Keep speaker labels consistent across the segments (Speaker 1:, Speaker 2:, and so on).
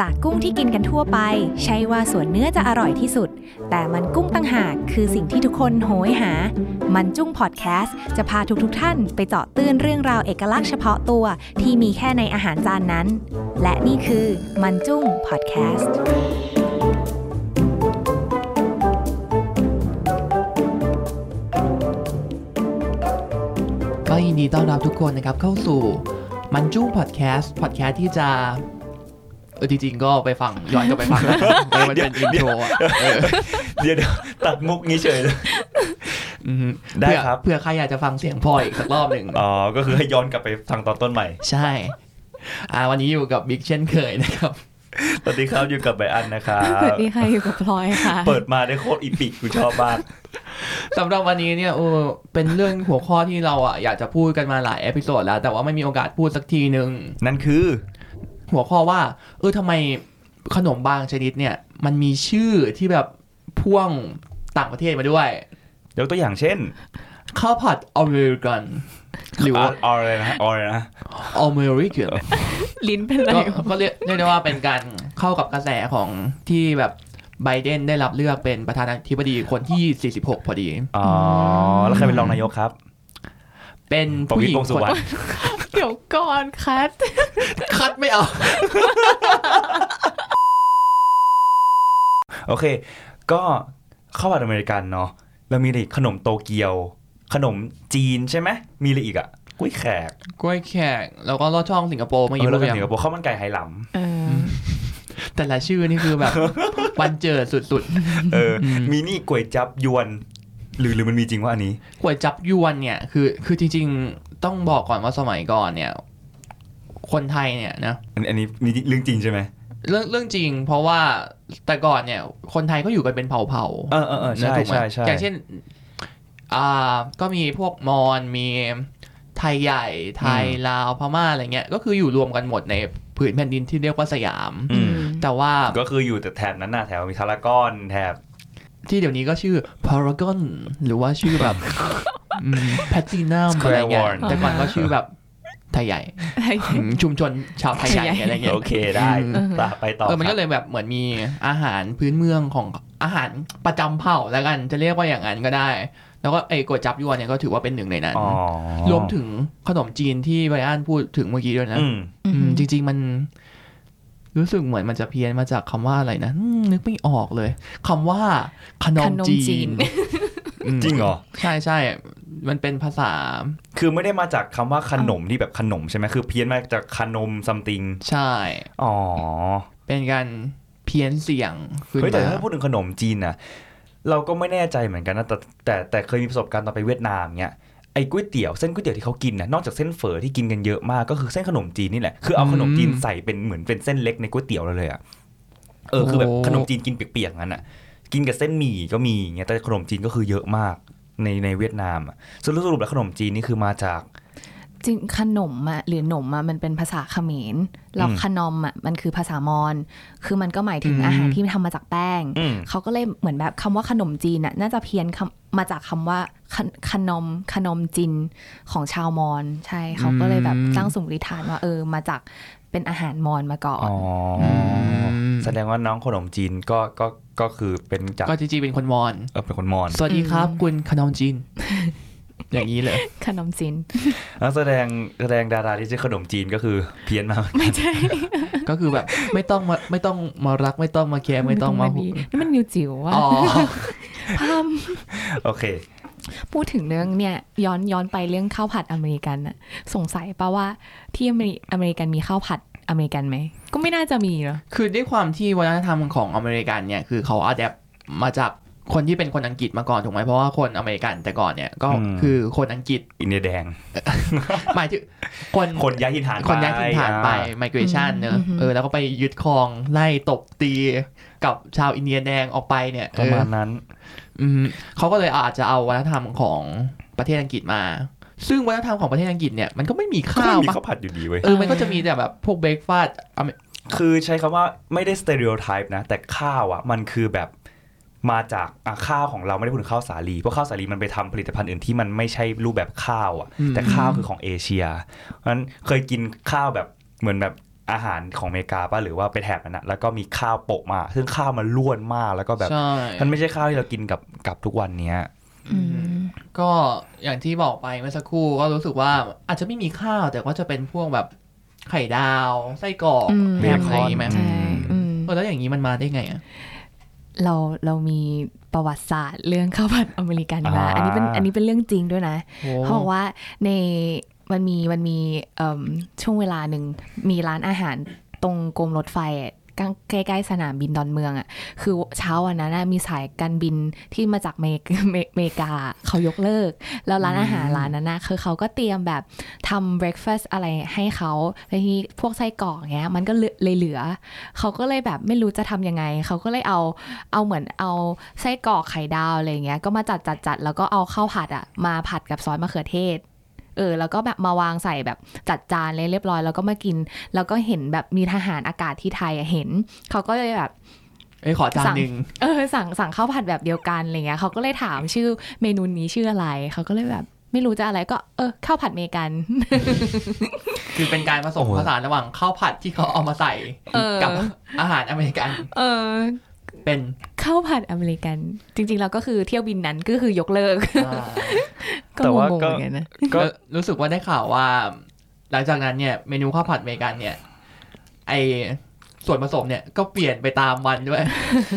Speaker 1: จากกุ้งที่กินกันทั่วไป ใช่ว่าส่วนเนื้อจะอร่อยที่สุด แต่มันกุ้งตั้งหากคือสิ่งที่ทุกคนโหยหา มันจุ้งพอดแคสต์จะพาทุกๆทท่านไปเจาะตื้นเรื่องราวเอกลักษณ์เฉพาะตัวที่มีแค่ในอาหารจานนั้น และนี่คือมันจุ้งพอดแคสต์
Speaker 2: ก็ยินดีต้อนรับทุกคนนะครับเข้าสู่มันจุ้งพอดแคสต์พอดแคสต์ที่จะเออจริงๆก็ไปฟังย้อนกลับไปฟัง นะเออมันเป็นอินโทรอะเออ
Speaker 3: เดี๋ยวเดี๋ยวตัดมุกนี้เฉยเลย
Speaker 2: อืม
Speaker 3: ได้ครับ
Speaker 2: เผื่อเผื่อใครอยากจะฟังเสียงพลอยอีกสักรอบหนึ่ง
Speaker 3: อ๋อ ก็คือให้ย้อนกลับไปทางตอนต้นใหม่
Speaker 2: ใช่อ่าวันนี้อยู่กับบิ๊กเช่นเคยนะครับ
Speaker 3: สวัสดีครับอยู่กับไบอันนะครับ
Speaker 4: สวัสดีค่ะอยู่กับพลอยค่ะ
Speaker 3: เปิดมาได้โคตรอีปิกกูชอบมาก
Speaker 2: สำหรับวันนี้เนี่ยเออเป็นเรื่องหัวข้อที่เราอ่ะอยากจะพูดกันมาหลายเอพิโซดแล้ว แต่ว่าไม่มีโอกาสพูดสักทีหนึ่ง
Speaker 3: นั่นคือ
Speaker 2: หัวข้อว่า เออทำไมขนมบางชนิดเนี่ย มันมีชื่อที่แบบพ่วงต่างประเทศมาด้วย
Speaker 3: ยกตัวอย่างเช่น
Speaker 2: ข้าวผัดอเมริกัน หรือว่า
Speaker 3: ออเลยนะออเลยนะ
Speaker 2: อเมริกัน
Speaker 4: ลิ้นเป็นไร
Speaker 2: ก็
Speaker 4: วะ
Speaker 2: ก็เรียกเรียกได้ว่าเป็นการเข้ากับกระแสของที่แบบไบเดนได้รับเลือกเป็นประธานาธิบดีคนที่ 46 พอดี
Speaker 3: อ๋อ แล้วใครเป็นรองนายกครับ
Speaker 2: เป็น
Speaker 3: ประ
Speaker 2: ผู้
Speaker 3: วิ
Speaker 2: ห
Speaker 3: ตร
Speaker 2: ญิง
Speaker 3: วงษ์สุวรรณ
Speaker 4: เดี๋ยวก่อนคัด
Speaker 2: คัดไม่เอา
Speaker 3: โอเค ก็ข้าวผัดอเมริกันเนาะ แล้วมีอะไรอีกขนมโตเกียว ขนมจีนใช่ไหม มีอะไรอีกอ่ะกุ้ยแขก
Speaker 2: กล้วยแขก แล้วก็ลอดช่องสิงคโปร์
Speaker 3: เอ
Speaker 2: เมื่อ
Speaker 3: อ
Speaker 2: กี้
Speaker 3: แล้วก็
Speaker 2: รู้ยัง
Speaker 3: สิงคโปร์ข้าวมันไก่ไหหลำ
Speaker 4: เออ
Speaker 2: แต่ละชื่อนี่คือแบบ วันเจอสุด
Speaker 3: เออ มีนี่ก๋วยจับยวน หรือหรือมันมีจริงว่าอันนี้
Speaker 2: ๆก๋วยจับยวนเนี่ย คือคือจริงๆ ต้องบอกก่อนว่าสมัยก่อนเนี่ย คนไทยเนี่ยนะ
Speaker 3: อันอันนี้มีเรื่องจริงใช่ไหม
Speaker 2: เรื่องเรื่องจริง เพราะว่าแต่ก่อนเนี่ย คนไทยก็อยู่กันเป็นเผ่าเผ่าๆ
Speaker 3: เออเออเออ
Speaker 2: นะ
Speaker 3: ใช่
Speaker 2: ถูกไหม
Speaker 3: ใช่ใช่
Speaker 2: อย่างเช่น อ่า ก็มีพวกมอญ มีไทยใหญ่ ไทยลาว พม่า อะไรเงี้ย ก็คืออยู่รวมกันหมดในผืนแผ่นดินที่เรียกว่าสยาม
Speaker 3: อืม
Speaker 2: แต่ว่า
Speaker 3: ก็คืออยู่แต่แถบนั้นน่ะแถวมีทารากอนแถบ
Speaker 2: ที่เดี๋ยวนี้ก็ชื่อ Paragon หรือว่าชื่อ แบบ p a t i n u m อะไรเงี้ย แต่ก่อนก็ชื่อแบบไท ยใหญ่
Speaker 4: อะไรอย่าง
Speaker 2: อื
Speaker 4: เงี้ย
Speaker 2: มชุมชนชาวไทยใหญ่
Speaker 4: ไทยใหญ่
Speaker 2: อะไรเงี้ย
Speaker 3: โอเคได้
Speaker 2: อืม
Speaker 3: ต่อไปต่อ
Speaker 2: เออมันก็เลยแบบเหมือนมีอาหารพื้นเมืองของอาหารประจำเผ่าแล้วกัน จะเรียกว่าอย่างนั้นก็ได้ แล้วก็ไอ้ก๋วยจับยวนเนี่ยก็ถือว่าเป็นหนึ่งในนั้น
Speaker 3: อ๋อ
Speaker 2: รวมถึงขนมจีนที่ไบรอันพูดถึงเมื่อกี้ด้วยนะ
Speaker 3: อืม
Speaker 2: อืมจริง ๆ มัน รู้สึกเหมือนมันจะเพี้ยนมาจากคำว่าอะไรนะอืมนึกไม่ออกเลยคำว่าขนมจี
Speaker 4: ขนมจี
Speaker 2: น
Speaker 4: น
Speaker 2: อืม
Speaker 3: จริงเหรอ
Speaker 2: ใช่ใช่มันเป็นภาษา
Speaker 3: คือไม่ได้มาจากคำว่าขนมที่แบบขนมใช่ไหมคือเพี้ยนมาจากขนมซัมติง
Speaker 2: ใช่
Speaker 3: อ๋อ
Speaker 2: เป็นการเพี้ยนเสียงขึ้น
Speaker 3: เฮ้ยแต่
Speaker 2: มา
Speaker 3: ถ้าพูดถึงขนมจีนนะเราก็ไม่แน่ใจเหมือนกันนะแต่แต่แต่เคยมีประสบการณ์ตอนไปเวียดนามเนี่ยไอ้ก๋วยเตี๋ยวเส้นก๋วยเตี๋ยวที่เขากินนะนอกจากเส้นเฝอที่กินกันเยอะมากก็คือเส้นขนมจีนนี่แหละคือเอาขนมจีนใส่เป็นเหมือนเป็นเส้นเล็กในก๋วยเตี๋ยวเราเลยอะเออคือแบบขนมจีนกินเปียกๆงั้นอะกินกับเส้นหมี่ก็มีอย่างเงี้ยแต่ขนมจีนก็คือเยอะมากในในเวียดนามอะสรุปสรุปแล้วขนมจีนนี่คือมาจาก
Speaker 4: จริงขนมอะหรือหนมอะมันเป็นภาษาเขมรแล้ว
Speaker 3: อืม
Speaker 4: ขนมอะมันคือภาษามอญคือมันก็หมายถึงอาหารที่ทำมาจากแป้ง
Speaker 3: อืม
Speaker 4: เขาก็เลยเหมือนแบบคำว่าขนมจีนอะน่าจะเพี้ยนคำมาจากคำว่าขนขนมขนมจีนของชาวมอญใช่เขาก็เลยแบบตั้งสมมติฐานว่าเออมาจากเป็นอาหารมอญมาก่อน
Speaker 3: อ๋อแสดงว่าน้องขนมจีนก็ก็ก็คือเป็นจาก
Speaker 2: ก็จริงๆเป็นคนมอญ
Speaker 3: เออเป็นคนมอญ
Speaker 2: สวัสดีครับ คุณขนมจีน อย่างนี้เลย
Speaker 4: ขนมจีน
Speaker 3: นักแสดงแสดงดาราที่ชื่อขนมจีนก็คือเพี้ยนมาก
Speaker 2: ก็คือแบบไม่ต้องมาไม่ต้องมารักไม่ต้องมาแคร์ไม่ต้องมา
Speaker 4: ดีนี่มันนิวจิ๋วอะ
Speaker 2: อ๋อ
Speaker 4: พาม
Speaker 3: โอเค
Speaker 4: พูดถึงเรื่องเนี่ยย้อนย้อนไปเรื่องข้าวผัดอเมริกันน่ะสงสัยปะว่าที่อเมริอเมริกันมีข้าวผัดอเมริกันไหม ก็ไม่น่าจะมีเนอะ
Speaker 2: คือด้วยความที่วัฒนธรรมของอเมริกันเนี่ย คือเขาอาแดปมาจากคนที่เป็นคนอังกฤษมาก่อนถูกไหมเพราะว่าคนอเมริกันแต่ก่อนเนี่ยก็
Speaker 3: อืม
Speaker 2: คือคนอังกฤษ
Speaker 3: อินเดียแดง
Speaker 2: หมายถึงคน
Speaker 3: คนย้ายถิ่นฐานไป
Speaker 2: คนย้ายถิ่นฐานไป
Speaker 3: อ่
Speaker 2: migration เนอะเออแล้วก็ไปยึดครองไล่ตบตีกับชาวอินเดียแดงออกไปเนี่ย
Speaker 3: ประมาณ
Speaker 2: เออ
Speaker 3: นั้น
Speaker 2: อืมเขาก็เลยอาจจะเอาวัฒนธรรมของประเทศอังกฤษมา ซึ่งวัฒนธรรมของประเทศอังกฤษเนี่ยมันก็ไม่มี
Speaker 3: ก็
Speaker 2: ข้าว
Speaker 3: มี
Speaker 2: ปะ
Speaker 3: ข้าวผัดอยู่ดีเว้ย
Speaker 2: เออมันก็จะมีแต่แบบพวกเบรกฟาสต์
Speaker 3: คือใช้คำว่าไม่ได้สเต r e ิ t อไทป์นะ แต่ข้าวอ่ะ มันคือแบบมาจากอ่ะข้าวของเราไม่ได้พูดถึงข้าวสาลี เพราะข้าวสาลีมันไปทำผลิตภัณฑ์อื่นที่มันไม่ใช่รูปแบบข้าวอ่ะ
Speaker 2: อืม
Speaker 3: แต่ข้าวคือของเอเชียเพราะฉะนั้นเคยกินข้าวแบบเหมือนแบบ อาหารของอเมริกาป่ะหรือว่าไปแถบนั้นนะแล้วก็มีข้าวโปะมา ซึ่งข้าวมันล้วนมากแล้วก็แบบ
Speaker 2: ใช่
Speaker 3: มันไม่ใช่ข้าวที่เรากินกับกับทุกวันเนี้ย
Speaker 4: อืม
Speaker 2: ก็อย่างที่บอกไปเมื่อสักครู่ก็รู้สึกว่าอาจจะไม่มีข้าวแต่ก็จะเป็นพวกแบบไข่ดาวไส้กรอก
Speaker 4: อืม
Speaker 2: แฮมอะไรอย่างงี้ไหม
Speaker 3: อื
Speaker 4: ใช่
Speaker 3: ม
Speaker 4: อืม
Speaker 2: เออแล้วอย่างนี้มันมาได้ไงอ่ะ
Speaker 4: เราเรามีประวัติศาสตร์เรื่องข้าวผัดอเมริกันมา
Speaker 3: อ่า
Speaker 4: อันนี้เป็นอันนี้เป็นเรื่องจริงด้วยนะ
Speaker 2: โอ้
Speaker 4: เขาบอกว่าในมันมีมันมีเอิ่มช่วงเวลาหนึ่งมีร้านอาหารตรงกรมรถไฟอะใกล้ๆสนามบินดอนเมืองอ่ะคือเช้าวันนั้นน่ะมีสายการบินที่มาจากเมกเมเมกาเขายกเลิก แล้วร้านอาหารร้านนั้นนะคือเขาก็เตรียมแบบทำเบรคฟาสต์อะไรให้เขาแล้วทีนี้พวกไส้กรอกเงี้ยมันก็เหลือเลยเหลือ เขาก็เลยแบบไม่รู้จะทำยังไง เขาก็เลยเอาเอาเหมือนเอาไส้กรอกไข่ดาวอะไรเงี้ย ก็มาจัดจัดจัดแล้วก็เอาข้าวผัดอะมาผัดกับซอสมะเขือเทศ เออ แล้วก็แบบมาวางใส่แบบจัดจานเลยเรียบร้อย แล้วก็มากิน แล้วก็เห็นแบบมีทหารอากาศที่ไทยอะเห็น เขาก็เลยแบบ
Speaker 2: เอ้ยขอจาน
Speaker 4: สั่ง
Speaker 2: หนึ่ง
Speaker 4: เออสั่งสั่งข้าวผัดแบบเดียวกันอะไรเงี้ยเขาก็เลยถามชื่อเมนูนี้ชื่ออะไร เขาก็เลยแบบไม่รู้จะอะไรก็เออข้าวผัดเมกัน
Speaker 2: คือเป็นการผสม
Speaker 3: โอ้
Speaker 2: ผ
Speaker 3: โห
Speaker 2: สานระหว่างข้าวผัดที่เขาเอามาใส่
Speaker 4: เออ
Speaker 2: กับอาหารอเมริกัน
Speaker 4: เออ
Speaker 2: เป็น
Speaker 4: ข้าวผัดอเมริกัน จริง ๆ แล้วก็คือเที่ยวบินนั้นก็คือยกเลิก
Speaker 2: อ่า
Speaker 4: ก็
Speaker 3: แต่
Speaker 4: ง
Speaker 3: ว่าง
Speaker 4: ๆ
Speaker 3: ก็
Speaker 4: เหมือนกันนะ
Speaker 3: ก็
Speaker 2: แล้วรู้สึกว่าได้ข่าวว่า หลังจากนั้นเนี่ยเมนูข้าวผัดอเมริกันเนี่ย ไอส่วนผสมเนี่ยก็เปลี่ยนไปตามวันด้วย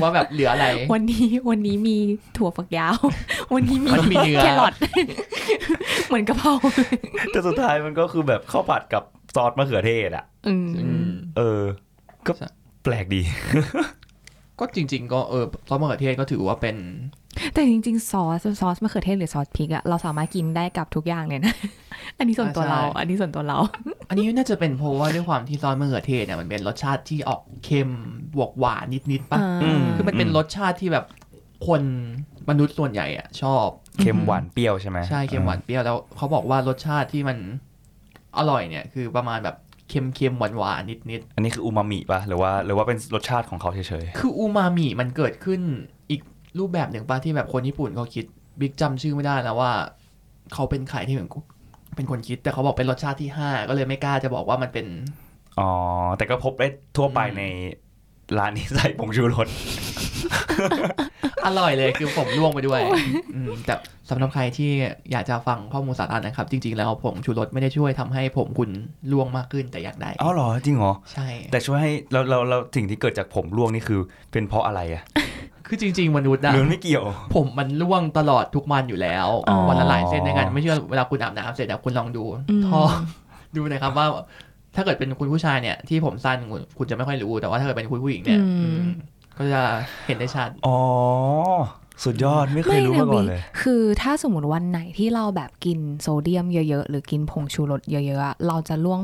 Speaker 2: ว่าแบบเหลืออะไร
Speaker 4: วันนี้วันนี้มีถั่วฝักยาว วันนี้มี
Speaker 2: วันนี้มีเนื้อ
Speaker 4: แครอท เหมือนกะเพรา
Speaker 3: แต่สุดท้ายมันก็คือแบบข้าวผัดกับซอสมะเขือเทศอ่ะ
Speaker 4: อืม
Speaker 2: อืม
Speaker 3: เออ ก็
Speaker 2: ใช่
Speaker 3: แปลกดี
Speaker 2: ก็จริง ๆ ก็เออซอสมะเขือเทศก็ถือว่าเป็น
Speaker 4: แต่จริงๆ ซอสซอสมะเขือเทศหรือซอสพริกอะเราสามารถกินได้กับทุกอย่างเลยนะ อันนี้ส่วนตัวเรา
Speaker 2: ใช่
Speaker 4: อันนี้ส่วนตัวเรา
Speaker 2: อันนี้น่าจะเป็นเพราะว่าด้วยความที่ซอสมะเขือเทศเนี่ยมันเป็นรสชาติที่ออกเค็มบวกหวานนิดๆป่ะ
Speaker 3: อืม
Speaker 2: คือมันเป็นรสชาติที่แบบคนมนุษย์ส่วนใหญ่อะชอบ
Speaker 3: เค็มหวานเปรี้ยวใช่ไหม
Speaker 2: ใช่เค็มหวานเปรี้ยวแล้วเขาบอกว่ารสชาติที่มันอร่อยเนี่ย คือประมาณแบบเค็มเค็มหวานหวานนิดนิด
Speaker 3: อันนี้คืออูมามิป่ะหรือว่าหรือว่าเป็นรสชาติของเขาเฉย
Speaker 2: ๆคืออูมามิมันเกิดขึ้นอีกรูปแบบหนึ่งป่ะที่แบบคนญี่ปุ่นเขาคิดบิ๊กจำชื่อไม่ได้แล้วว่า เขาเป็นใครที่เหมือนกูเป็นคนคิด แต่เขาบอกเป็นรสชาติที่ห้าก็เลยไม่กล้าจะบอกว่ามันเป็น
Speaker 3: ๆอ๋อ แต่ก็พบได้ทั่วไป
Speaker 2: อืม
Speaker 3: ในร้านที่ใส่ผงชูรส
Speaker 2: อร่อยเลยคือผมล่วงไปด้วยอืมแต่สำหรับใครที่อยากจะฟังข้อมูลสาระนะครับ จริง ๆ แล้วผงชูรสไม่ได้ช่วยทำให้ผมคุณล่วงมากขึ้นแต่อยากได้
Speaker 3: เอ้าเหรอ จริงเหรอ
Speaker 2: ใช่
Speaker 3: แต่ช่วยให้เราเราเราสิ่งที่เกิดจากผมร่วงนี่คือ เป็นเพราะอะไรอะ
Speaker 2: คือจริง ๆ มนุษย์นะ
Speaker 3: หรือมันไม่เกี่ยว
Speaker 2: ผมมันร่วงตลอดทุกวันอยู่แล้ว
Speaker 3: อ๋อ
Speaker 2: วันละหลายเส้นในกันไม่เชื่อเวลาคุณอาบน้ำเสร็จนะคุณลองดู
Speaker 4: อืม
Speaker 2: ท่อ ดูนะครับว่า ถ้าเกิดเป็นคุณผู้ชายเนี่ย ที่ผมสั้นคุณคุณจะไม่ค่อยรู้แต่ว่าถ้าเกิดเป็นคุณผู้หญิงเนี่ยอืมก็จะเห็นได้ชัด
Speaker 3: อ๋อ สุดยอดไม่เคยรู้มาก่อนเลย
Speaker 4: นะบิ๊คือถ้าสมมติวันไหนที่เราแบบกินโซเดียมเยอะๆ หรือกินผงชูรสเยอะๆอะเราจะร่วง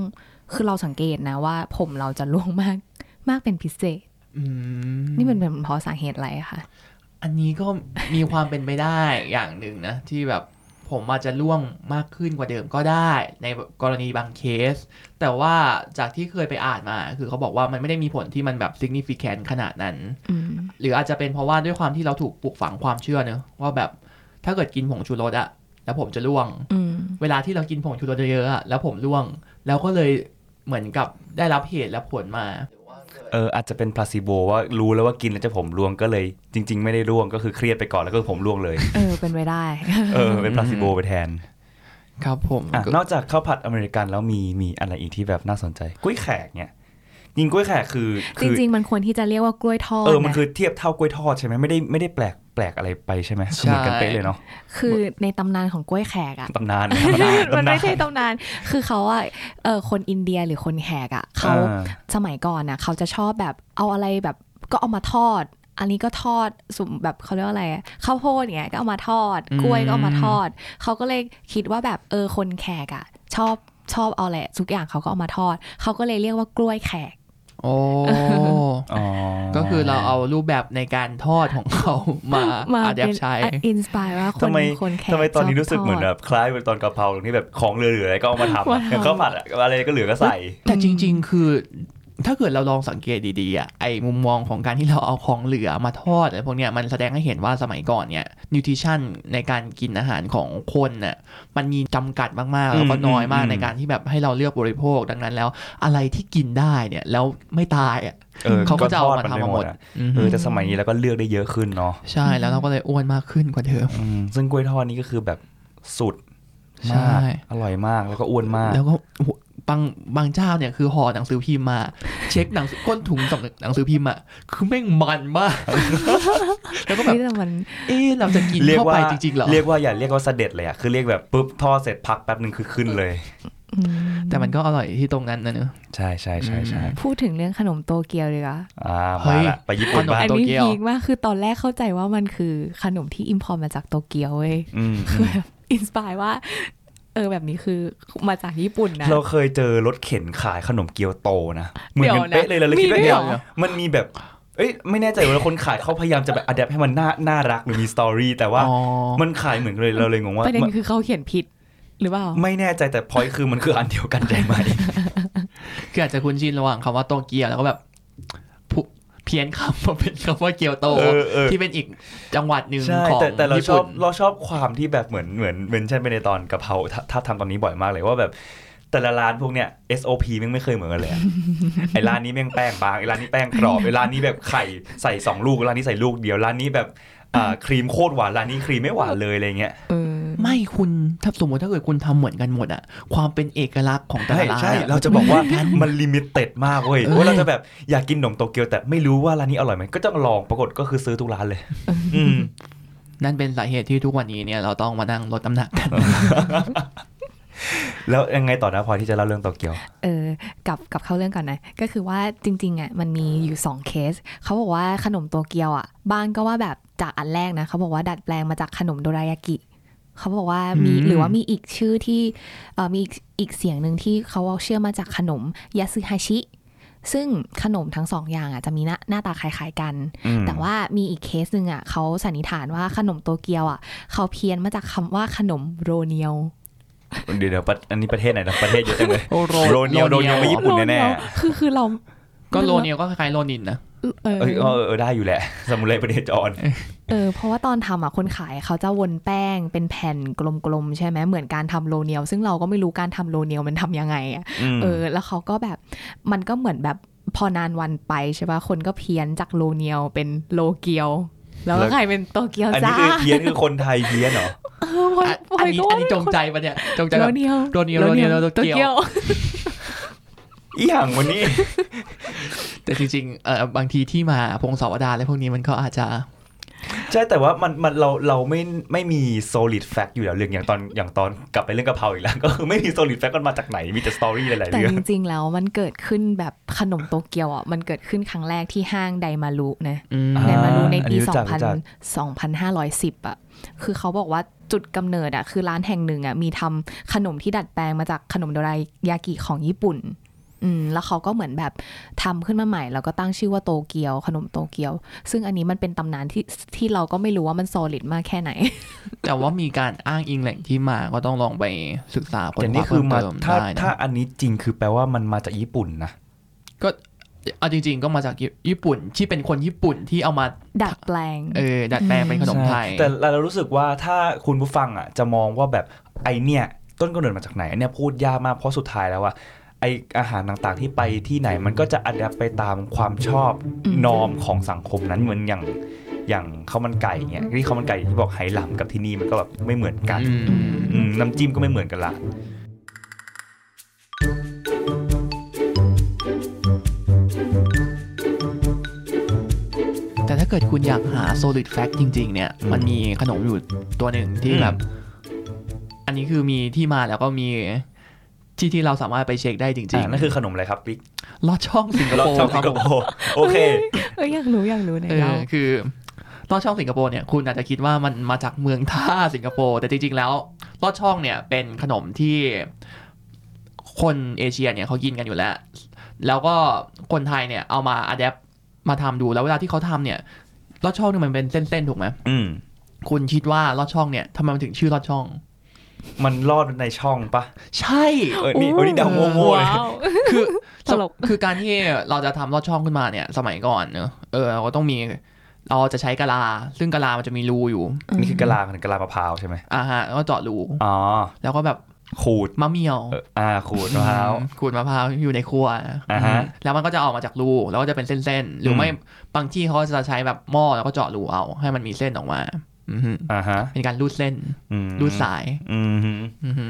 Speaker 4: คือเราสังเกตนะว่า ผมเราจะร่วงมาก มากเป็นพิเศษ
Speaker 2: อืม
Speaker 4: นี่มันเป็นเพราะสาเหตุอะไรอะคะ
Speaker 2: อันนี้ก็มีความเป็นไปได้อย่างหนึ่งนะ ที่แบบผมอาจจะร่วงมากขึ้นกว่าเดิมก็ได้ ในกรณีบางเคส แต่ว่าจากที่เคยไปอ่านมา คือเขาบอกว่ามันไม่ได้มีผลที่มันแบบ significant ขนาดนั้น
Speaker 4: อืม
Speaker 2: หรืออาจจะเป็นเพราะว่าด้วยความที่เราถูกปลูกฝังความเชื่อเนอะว่าแบบถ้าเกิดกินผงชูรสอะแล้วผมจะร่วง
Speaker 4: อืม
Speaker 2: เวลาที่เรากินผงชูรสเยอะๆอะแล้วผมร่วง แล้วก็เลยเหมือนกับได้รับเหตุและผลมา
Speaker 3: เอออาจจะเป็นพลาซิโบว่ารู้แล้วว่ากินแล้วจะผมร่วงก็เลย จริง ๆ ไม่ได้ร่วงก็คือเครียดไปก่อนแล้วก็ผมร่วงเลย
Speaker 4: เออ เป็นไปได้
Speaker 3: เออเป็นพลาซิโบไปแทน
Speaker 2: ครับผม
Speaker 3: อ่ะนอกจากข้าวผัดอเมริกันแล้วมีมีอะไรอีกที่แบบน่าสนใจ กล้วยแขกเนี่ยจริงกล้วยแขกคือ
Speaker 4: จ
Speaker 3: คือ
Speaker 4: ริง ๆ มันควรที่จะเรียกว่ากล้วยทอด
Speaker 3: เออ มัน
Speaker 4: นะ
Speaker 3: คือเทียบเท่ากล้วยทอดใช่ไหมไม่ได้ไม่ได้แปลกแปลกอะไรไปใช่ไหมคือเหมือนกันเป๊ะเลยเนาะ
Speaker 4: คือในตำนานของกล้วยแขกอะ
Speaker 3: ตำนาน
Speaker 4: มั
Speaker 3: ตำ
Speaker 4: น
Speaker 3: นา
Speaker 4: ไม่
Speaker 3: น
Speaker 4: ใช่ตำนาน คือเขาอะเออคนอินเดียหรือคนแขกอะเขา
Speaker 3: อ่า
Speaker 4: สมัยก่อนนะเขาจะชอบแบบเอาอะไรแบบก็เอามาทอด อันนี้ก็ทอดสุ่มแบบเขาเรียกว่าอะไรอะข้าวโพดอย่างเงี้ยก็เอามาทอด
Speaker 2: อืม
Speaker 4: กล้วยก็เอามาทอด เขาก็เลยคิดว่าแบบเออคนแขกอะชอบชอบเอาแหละไรทุกอย่างเขาก็เอามาทอด เขาก็เลยเรียกว่ากล้วยแขก
Speaker 2: โอ้
Speaker 3: อ๋อ
Speaker 2: ก็คือเราเอารูปแบบในการทอดของเขา มา
Speaker 4: มา
Speaker 2: อาดับใช้
Speaker 4: อินสปายว่าค
Speaker 3: ทำ
Speaker 4: น
Speaker 3: ไม
Speaker 4: คนแขก
Speaker 3: ทำไมตอนนี้
Speaker 4: ชบ
Speaker 3: รู้สึกเหมือน
Speaker 4: ท
Speaker 3: แบ
Speaker 4: ด
Speaker 3: บคล้ายเป็นตอนกะเพราตรงที่แบบของเหลือๆอะไรก็เอามาทำ
Speaker 4: มา
Speaker 3: อะ
Speaker 4: ทำ
Speaker 3: อย่างข้าวผัดอะอะไรก็เหลือก็ใส่
Speaker 2: แต่จริง ๆ คือ ถ้าเกิดเราลองสังเกตดีๆอ่ะไอมุมมองของการที่เราเอาของเหลือมาทอดอะไรพวกเนี้ยมันแสดงให้เห็นว่าสมัยก่อนเนี่ยนิวทริชั่นในการกินอาหารของคนน่ะมันมีจำกัดมากๆแล้วก็
Speaker 3: อืม
Speaker 2: น้อยมาก
Speaker 3: อืม
Speaker 2: ในการที่แบบให้เราเลือกบริโภคดังนั้นแล้ว อะไรที่กินได้เนี่ยแล้วไม่ตายอ่ะเขาก็จะเอามาทำมาหมด
Speaker 3: อะ
Speaker 2: อืม
Speaker 3: เออแต่สมัยนี้เราก็เลือกได้เยอะขึ้นเนาะ
Speaker 2: ใช่แล้วเราก็เลยอ้วนมากขึ้นกว่าเดิม
Speaker 3: อืมซึ่งกล้วยทอดนี่ก็คือแบบสุด
Speaker 2: ใช่
Speaker 3: มากอร่อยมากแล้วก็อ้วนมาก
Speaker 2: แล้วก็บางบางเจ้าเนี่ยคือห่อหนังสือพิ มพ์มา เช็คหนังสือก้นถุงสำหรับหนังสือพิมพ์อ่ะคือแม่งมันมาก แล้วก็แบบ
Speaker 4: เฮ้ยแต่มัน
Speaker 2: เอ๊ะเราจะกินเข้าไปจริงๆเหรอ
Speaker 3: เรียกว่าอย่าเรียกว่าเสด็จเลยอะคือเรียกแบบปุ๊บทอดเสร็จพักแป๊บหนึ่งคือขึ้นเลย
Speaker 4: อืม
Speaker 2: แต่มันก็อร่อยที่ตรงนั้นนะเนอะ
Speaker 3: ใช่ใช่ใช่ใช่
Speaker 4: พูดถึงเรื่องขนมโตเกียวเลยอ่ะ
Speaker 3: อ่า
Speaker 2: เฮ้
Speaker 3: มาย ละไปญี่ปุ่นบ้าง
Speaker 4: อัน
Speaker 2: โต
Speaker 4: นี้
Speaker 2: เกียว
Speaker 4: พีคมากคือตอนแรกเข้าใจว่ามันคือขนมที่อิมพอร์ตมาจากโตเกียวเว้ย
Speaker 3: อืม
Speaker 4: คือแบบอินสปายว่า เออแบบนี้คือมาจากญี่ปุ่นนะ
Speaker 3: เราเคยเจอรถเข็นขายขนมเกียวโตนะเหมือนกัน
Speaker 4: เดี๋ยวนะ
Speaker 3: เป๊ะเลยเราเลย
Speaker 4: มี
Speaker 3: คิดว่า
Speaker 4: ด้วย
Speaker 3: เดี๋ย
Speaker 4: เหร
Speaker 3: ว
Speaker 4: อ
Speaker 3: มันมีแบบเอ้ยไม่แน่ใจว่าคนขายเขาพยายามจะแบบอัดแอปให้มันน่าน่ารักหรือมีสตอรี่แต่ว่า
Speaker 2: อ๋อ
Speaker 3: มันขายเหมือนกันเลยเราเลยงงว่า
Speaker 4: ประเด็นคือเขาเขียนผิดหรือเปล่า
Speaker 3: ไม่แน่ใจแต่พอยคือมันคืออันเดียวกันใช่ไหม
Speaker 2: คืออาจจะคุ้นชินระหว่างคำว่าโตเกียวแล้วก็แบบผุเพี้ยนคำมาเป็นคำว่าเกียวโต
Speaker 3: เออเออ
Speaker 2: ที่เป็นอีกจังหวัดหนึ่ง
Speaker 3: ใช่
Speaker 2: ของ
Speaker 3: แต่แต่เรา
Speaker 2: ญี่
Speaker 3: ชอ
Speaker 2: ปุ่
Speaker 3: บ
Speaker 2: น
Speaker 3: เราชอบความที่แบบเหมือนเหมือนเมนชั่นไปในตอนกะเพราถ้าถ้าทำตอนนี้บ่อยมากเลยว่าแบบแต่ละร้านพวกเนี้ย SOP แม่งไม่เคยเหมือนกั นเลยอะ ไอ้ร้านนี้แม่งแป้งบางไอ้ร้านนี้แป้งกรอบไอ้ร้านนี้แบบไข่ใส่สองลูกร้านนี้ใส่ลูกเดียวร้านนี้แบบอ่าครีมโคตรหวานร้านนี้ครีมไม่หวานเลยอะไรเงี้ย
Speaker 4: เออ
Speaker 2: ไม่คุณถ้าสมมติถ้าเกิดคุณทำเหมือนกันหมดอะความเป็นเอกลักษณ์ของแต่
Speaker 3: ใช่
Speaker 2: ละร้าน
Speaker 3: ใช่
Speaker 2: อะ
Speaker 3: เราจะบอก ว่ามันลิมิเต็ดมากเว้ยว่าเราจะแบบอยากกินขนมโตเกียวแต่ไม่รู้ว่าร้านนี้อร่อยไหมก็ต้องลองปรากฏก็คือซื้อทุกร้านเลย อืม
Speaker 2: นั่นเป็นสาเหตุที่ทุกวันนี้เนี่ยเราต้องมานั่งลดน้ำหนักกัน
Speaker 3: แล้วยังไงต่อนะพลอยที่จะเล่าเรื่องโตเกียว
Speaker 4: เออกลับกลับเข้าเรื่องก่อนนะ ก็คือว่าจริงๆอ่ะมันมีอยู่ 2 เคส เขาบอกว่าขนมโตเกียวอ่ะบ้างก็ว่าแบบจากอันแรกนะ เขาบอกว่าดัดแปลงมาจากขนมโดรายากิ เขาบอกว่ามี
Speaker 2: อืม
Speaker 4: หรือว่ามีอีกชื่อที่เอ่อมีอีกอีกเสียงหนึ่งที่เขาเอาเชื่อมาจากขนมยาสึฮาชิ ซึ่งขนมทั้งสองอย่างอ่ะจะมีหน้าหน้าตาคล้ายๆกัน
Speaker 3: อืม
Speaker 4: แต่ว่ามีอีกเคสหนึ่งอ่ะเขาสันนิษฐานว่าขนมโตเกียวอ่ะเขาเพี้ยนมาจากคำว่าขนมโรเนียว
Speaker 3: เดี๋ยวเดี๋ยวประอันนี้ประเทศไหนนะประเทศเยอะจังเลย
Speaker 2: โอ้โร
Speaker 3: โรเนียวโรเนียวไม่ญี่ปุ่นแน่ๆ
Speaker 4: โรเยคือคือเรา
Speaker 2: ก็โรเนียวก็คล้ายๆโรนินนะ
Speaker 4: เออ
Speaker 3: เอยเออเออได้อยู่แหละ สมุไรประเทศจอน
Speaker 4: เออเพราะว่าตอนทำอ่ะคนขายเขาจะวนแป้งเป็นแผ่นกลมๆ ใช่ไหมเหมือนการทำโลเนียลซึ่งเราก็ไม่รู้การทำโลเนียลมันทำยังไงอ่ะ
Speaker 3: ม
Speaker 4: เออแล้วเขาก็แบบมันก็เหมือนแบบพอนานวันไปใช่ป่ะคนก็เพี้ยนจากโลเนียลเป็นโลเกียว แล้วก็กลายเป็นโตเกียว
Speaker 3: อัน
Speaker 4: จ้า
Speaker 3: นี้คือเพี้ยนคือคนไทยเพี้ยนเหรอ
Speaker 4: เออพลอย
Speaker 2: อะ
Speaker 4: พล
Speaker 2: อัน
Speaker 4: อย
Speaker 2: นี้
Speaker 4: ก็
Speaker 2: อันนี้จงใจปะเนี่ยจงใจ
Speaker 4: โล
Speaker 2: แบบ
Speaker 4: เนียล
Speaker 2: โลเนียลโลเนียลโลเกียว
Speaker 4: โตเกียว
Speaker 3: อีหยังวันนี้
Speaker 2: แต่จริงๆเออบางทีที่มาพงศาวดารอะไรพวกนี้มันก็อาจจะ
Speaker 3: ใช่แต่ว่ามันมันเราเราไม่ไม่มี solid fact อยู่แล้วเรื่องอย่างตอนอย่างตอนกลับไปเรื่องกะเพราอีกแล้ว ก็คือไม่มี solid fact มันมาจากไหนมีแต่ story หลายๆ
Speaker 4: แต่
Speaker 3: เรื่อ
Speaker 4: จ
Speaker 3: ง
Speaker 4: ริงๆแล้วมันเกิดขึ้นแบบขนมโตเกียวอ่ะมันเกิดขึ้นครั้งแรกที่ห้างไดมารุนะ
Speaker 2: อืม
Speaker 3: อ่า
Speaker 4: ในมารูในปี
Speaker 3: อันนี้รู้จักรู้จัก
Speaker 4: 2000 2510อ่ะ คือเขาบอกว่าจุดกำเนิดอ่ะคือร้านแห่งหนึ่งอ่ะมีทำขนมที่ดัดแปลงมาจากขนมโดรายากิของญี่ปุ่น อืมแล้วเขาก็เหมือนแบบทำขึ้นมาใหม่ แล้วก็ตั้งชื่อว่าโตเกียว ขนมโตเกียว ซึ่งอันนี้มันเป็นตำนานที่ที่เราก็ไม่รู้ว่ามัน solid มากแค่ไหน
Speaker 2: แต่ว่ามีการอ้างอิงแหล่งที่มาก็ต้องลองไปศึกษาค้น
Speaker 3: แต่
Speaker 2: ค
Speaker 3: นี่
Speaker 2: ว้า
Speaker 3: คื
Speaker 2: เพิ่
Speaker 3: อ
Speaker 2: ม
Speaker 3: มา
Speaker 2: เติม
Speaker 3: ถ้า
Speaker 2: ได้
Speaker 3: ถ้า
Speaker 2: นะ
Speaker 3: อันนี้จริงคือแปลว่ามันมาจากญี่ปุ่นนะ
Speaker 2: ก็เอาจริง ๆ ก็มาจากญี่ปุ่นที่เป็นคนญี่ปุ่นที่เอามา
Speaker 4: ดัดแปลง
Speaker 2: เออดัดแปลงเป็นขนมไทย
Speaker 3: ใช่แต่เรารู้สึกว่าถ้าคุณผู้ฟังอ่ะจะมองว่าแบบไอเนี่ยต้นกำเนิดมาจากไหนอันเนี่ยพูดยากมากเพราะสุดท้ายแล้วว่าไออาหารต่างๆที่ไปที่ไหนมันก็จะอัดแอปไปตามความชอบ
Speaker 4: อืม
Speaker 3: นอมของสังคมนั้นเหมือนอย่างอย่างข้าวมันไก่เนี่ยที่ข้าวมันไก่ที่บอกไหหลำกับที่นี่มันก็แบบไม่เหมือนกัน
Speaker 2: อืม
Speaker 3: อืมน้ำจิ้มก็ไม่เหมือนกันละ
Speaker 2: แต่ถ้าเกิดคุณอยากหา solid fact จริง ๆ เนี่ย มันมีขนมอยู่ตัวหนึ่งที่แบบ อันนี้คือมีที่มาแล้วก็มีที่ที่เราสามารถไปเช็คได้จริ
Speaker 3: อ่าง
Speaker 2: ๆ
Speaker 3: นั่นคือขนมอะไรครับปิ๊ก
Speaker 2: ลอดช่องสิงค
Speaker 3: เรา
Speaker 2: โปร์
Speaker 3: ชอบ
Speaker 2: ค
Speaker 3: สิ
Speaker 2: รับ
Speaker 3: ง
Speaker 2: ผ
Speaker 3: ค
Speaker 2: ม
Speaker 3: โปร์โอเค
Speaker 4: เอยอยากรู้อยากรู้ไหน
Speaker 2: เอ
Speaker 4: เรา
Speaker 2: อคือลอดช่องสิงคโปร์เนี่ยคุณอาจจะคิดว่ามันมาจากเมืองท่าสิงคโปร์แต่จริงๆแล้วลอดช่องเนี่ยเป็นขนมที่คนเอเชียเนี่ยเขากินกันอยู่แล้ว แล้วก็คนไทยเนี่ยเอามาอัดแอปมาทำดูแล้วเวลาที่เขาทำเนี่ยลอดช่องเนี่ยมันเป็นเส้นๆถูกไหม
Speaker 3: อืม
Speaker 2: คุณคิดว่าลอดช่องเนี่ยทำไมมันถึงชื่อลอดช่อง
Speaker 3: มันรอดในช่องปะ
Speaker 2: ใช่
Speaker 3: เออนี่เออนี่เดาโง่ๆเลย
Speaker 4: ว้าว
Speaker 2: คือ
Speaker 4: ตลก
Speaker 2: คือการที่เราจะทำลอดช่องขึ้นมาเนี่ย สมัยก่อนเนอะเออเราก็ต้องมีเราจะใช้กะลา ซึ่งกะลามันจะมีรูอยู่
Speaker 3: นี่คือกะลามันกะลามะพร้าวใช่ไหม
Speaker 2: อ่าฮะแล้วก็เจาะรู
Speaker 3: อ๋อ
Speaker 2: แล้วก็แบบ
Speaker 3: ขูด
Speaker 2: มะเมียว
Speaker 3: เอออ่าขูดมะพร้าว
Speaker 2: อืมขูดมะพร้าวอยู่ในครัวนะ
Speaker 3: อ่าฮะ
Speaker 2: แล้วมันก็จะออกมาจากรูแล้วก็จะเป็นเส้นๆ หรืออ
Speaker 3: ม
Speaker 2: ไม่บางที่เขาก็จะใช้แบบหม้อแล้วก็เจาะรูเอาให้มันมีเส้นออกมาอือฮึ
Speaker 3: อ่าฮะ
Speaker 2: เป็นการรูดเส้น
Speaker 3: อืม
Speaker 2: รูดสาย
Speaker 3: อืมฮึ
Speaker 2: อือฮึ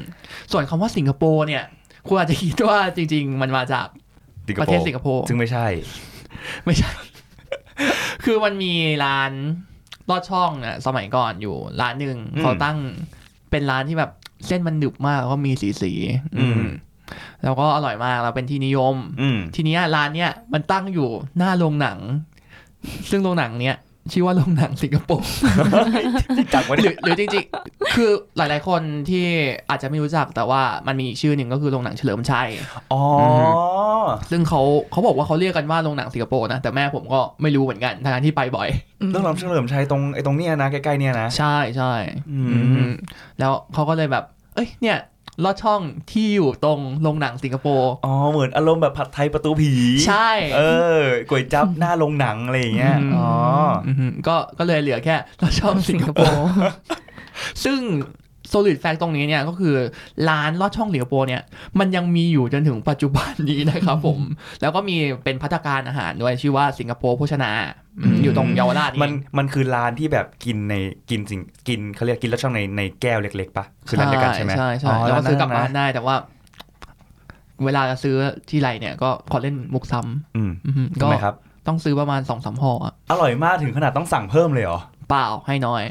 Speaker 2: ส่วนคำว่าสิงคโปร์เนี่ยคุณอาจจะคิดว่าจริง ๆ มันมาจาก
Speaker 3: สิงค
Speaker 2: ประ
Speaker 3: โป
Speaker 2: เทศ
Speaker 3: ร์
Speaker 2: สิงคโปร์
Speaker 3: ซึ่งไม่ใช่
Speaker 2: ไม่ใช่ คือมันมีร้านลอดช่องอ่ะสมัยก่อนอยู่ร้านหนึ่ง
Speaker 3: อืม
Speaker 2: เขาตั้งเป็นร้านที่แบบเส้นมันหนึบมากแล้วก็มีสีสีๆอืม
Speaker 3: อืม
Speaker 2: แล้วก็อร่อยมากแล้วเป็นที่นิยม
Speaker 3: อืม
Speaker 2: ทีเนี้ยร้านเนี้ยมันตั้งอยู่หน้าโรงหนัง ซึ่งโรงหนังเนี้ยชื่อว่าโรงหนังสิงคโปร์
Speaker 3: จับไว้
Speaker 2: ห
Speaker 3: ดิ
Speaker 2: รือหรือจริงๆ คือหลายๆคนที่อาจจะไม่รู้จักแต่ว่ามันมีอีกชื่อหนึ่งก็คือโรงหนังเฉลิมชัย
Speaker 3: อ๋อ
Speaker 2: ซึ่งเขาเขาบอกว่าเขาเรียกกันว่าโรงหนังสิงคโปร์นะ แต่แม่ผมก็ไม่รู้เหมือนกันทางที่ไปบ่อย
Speaker 3: อเรื่องรำเฉลิมชัยตรงไอ้ตรงเนี้ยนะใกล้ๆเนี่ยนะ
Speaker 2: ใช่ใช่
Speaker 3: อืม
Speaker 2: อืมแล้วเขาก็เลยแบบ เอ้ยเนี่ยลอดช่องที่อยู่ตรงโรงหนังสิงคโปร์
Speaker 3: อ๋อเหมือนอารมณ์แบบผัดไทยประตูผี
Speaker 2: ใช่
Speaker 3: เออก๋วยจับหน้าโรงหนังอะไรอย่างเงี้ย
Speaker 2: อืม
Speaker 3: อ๋อ
Speaker 2: อือหือก็ก็เลยเหลือแค่ลอดช่องสิงคโป ร์ ซึ่ง solid fact ตรงนี้เนี่ยก็คือร้านลอดช่องสิงคโปร์เนี่ยมันยังมีอยู่จนถึงปัจจุบันนี้นะครับผม แล้วก็มีเป็นพัฒการอาหารด้วยชื่อว่าสิงคโปร์โภชนาอืมอยู่ตรงเยาวราช
Speaker 3: มัน
Speaker 2: เอง
Speaker 3: มันคือร้านที่แบบกินในกินสิ่งกินเขาเรียกกินแล้วช่องในในแก้วเล็กๆปะคือร้านเดียวกันใช่ไหม
Speaker 2: ใช่ใช่แล้วก็ซื้อกลับบ้าน
Speaker 3: ร้ะ
Speaker 2: ได้แต่ว่า เวลาจะซื้อที่ไรเนี่ยก็ขอเล่นมุกซ้
Speaker 3: อืม
Speaker 2: ำอือหือ
Speaker 3: ก็
Speaker 2: ก็
Speaker 3: ครับ
Speaker 2: ต้องซื้อประมาณสองสามห่ออะ
Speaker 3: อร่อยมากถึงขนาดต้องสั่งเพิ่มเลยเหรอ
Speaker 2: เปล่าให้น้อย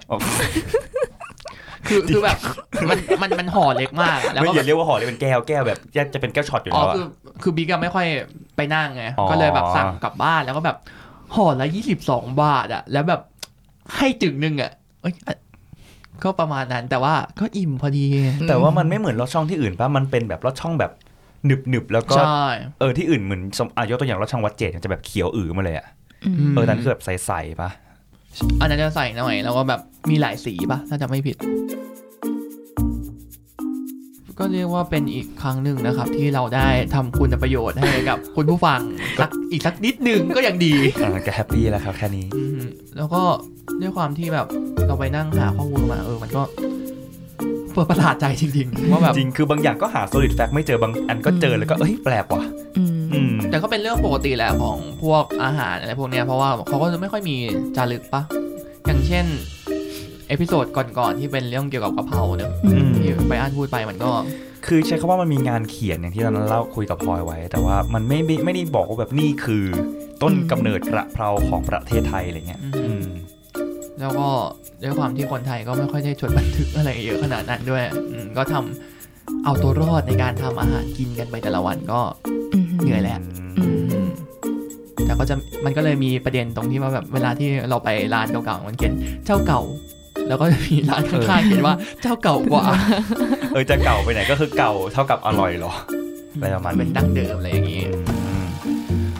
Speaker 2: คือคือแบบ มันมันมันห่อเล็กมากอะแล้ว
Speaker 3: ไม่
Speaker 2: ก็
Speaker 3: อย่าเรียกว่าห่อเลยเป็นแก้วแก้วแบบจะเป็นแก้วช็อตอยู่
Speaker 2: อ๋อ
Speaker 3: แล้วอะ
Speaker 2: คือคือบิ๊กอะไม่ค่อยไปนั่งไง
Speaker 3: อ๋อ
Speaker 2: ก็เลยแบบสั่งกลับบ้านแล้วก็แบบห่อละยี่สิบสองบาทอะแล้วแบบให้จึงหนึงอะเอ้ยอะก็ประมาณนั้นแต่ว่าก็อิ่มพอดี
Speaker 3: แต่ว่ามันไม่เหมือนลอดช่องที่อื่นป่ะมันเป็นแบบลอดช่องแบบหนึบหนึบๆแล้วก็
Speaker 2: ใช่
Speaker 3: เออที่อื่นเหมือนสมอายกตัวอย่างลอดช่องวัดเจดมันจะแบบเขียวอือมาเลยอะ
Speaker 2: ม
Speaker 3: เออแต่อันนั้นคือแบบใสๆป่ะ
Speaker 2: อันนั้นจะใส่หน่อย แล้วก็แบบมีหลายสีป่ะถ้าจะไม่ผิด ก็เรียกว่าเป็นอีกครั้งหนึ่งนะครับ ที่เราได้ทำคุณประโยชน์ให้กับคุณผู้ฟังสักอีกสักนิดหนึงก็ยังดี
Speaker 3: อ่าก็แฮปปี้แล้วครับแค่นี้
Speaker 2: อืมแล้วก็ด้วยความที่แบบเราไปนั่งหาข้อมูลมาเออมันก็ประหลาดใจจริงๆว่าแบบ
Speaker 3: จริงคือบางอย่างก็หา solid fact ไม่เจอบางอันก็เจอแล้วก็เอ้ยแปลกว่ะ
Speaker 4: อืม
Speaker 3: อืม
Speaker 2: แต่ก็เป็นเรื่องปกติแหละของพวกอาหารอะไรพวกเนี้ยเพราะว่าเขาก็จะไม่ค่อยมีจารึกปะอย่างเช่น เอพิโซดก่อนๆที่เป็นเรื่องเกี่ยวกับกะเพราเนี่ย
Speaker 4: อืม
Speaker 2: ที่ไปอ่านพูดไปมันก็
Speaker 3: คือใช้คำว่ามันมีงานเขียนอย่างที่ตอนนั้นเล่าคุยกับพลอยไว้ แต่ว่ามันไม่ไม่ไม่ได้บอกว่าแบบนี่คือ ต้น
Speaker 4: อืม
Speaker 3: กำเนิดกระเพราของประเทศไทยอะไรเงี้ย
Speaker 2: อืม
Speaker 3: อืม
Speaker 2: แล้วก็ด้วยความที่คนไทยก็ไม่ค่อยได้จดบันทึกอะไรเยอะขนาดนั้นด้วยอืมก็ทำเอาตัวรอดในการทำอาหารกินกันไปแต่ละวันก็
Speaker 4: อืม
Speaker 2: เหนื่อยแหละ
Speaker 4: อืม
Speaker 2: อืมแต่ก็จะมันก็เลยมีประเด็นตรงที่ว่าแบบเวลาที่เราไปร้านเก่าๆมันเขียนเจ้าเก่า แล้วก็จะมีร้านข้างๆเขียนว่าเจ้าเก่ากว่า
Speaker 3: เออจะเก่าไปไหนก็คือเก่าเท่ากับอร่อยเหรอ อะไรประมาณนั้น
Speaker 2: เป็นดั้งเดิมอะไรอย่างนี้
Speaker 3: อืม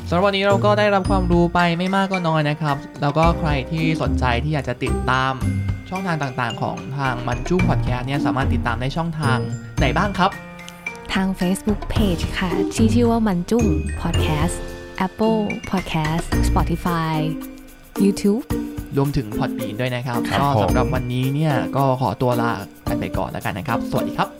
Speaker 2: สำหรับวันนี้เราก็ได้รับความรู้ไปไม่มากก็น้อยนะครับ แล้วก็ใครที่สนใจที่อยากจะติดตามช่องทางต่างๆ ของทางมันจุ้งพอดแคสต์เนี่ยสามารถติดตามได้ช่องทางไหนบ้างครับ
Speaker 4: ทาง Facebook Page ค่ะ ที่ชื่อว่ามันจุ้ง Podcast Apple Podcast Spotify YouTube
Speaker 2: รวมถึงพอดบีนด้วยนะครับ
Speaker 3: ครับ
Speaker 2: ก็
Speaker 3: ผม
Speaker 2: สำหรับวันนี้เนี่ยก็ขอตัวลากันไปก่อนแล้วกันนะครับ สวัสดีครับ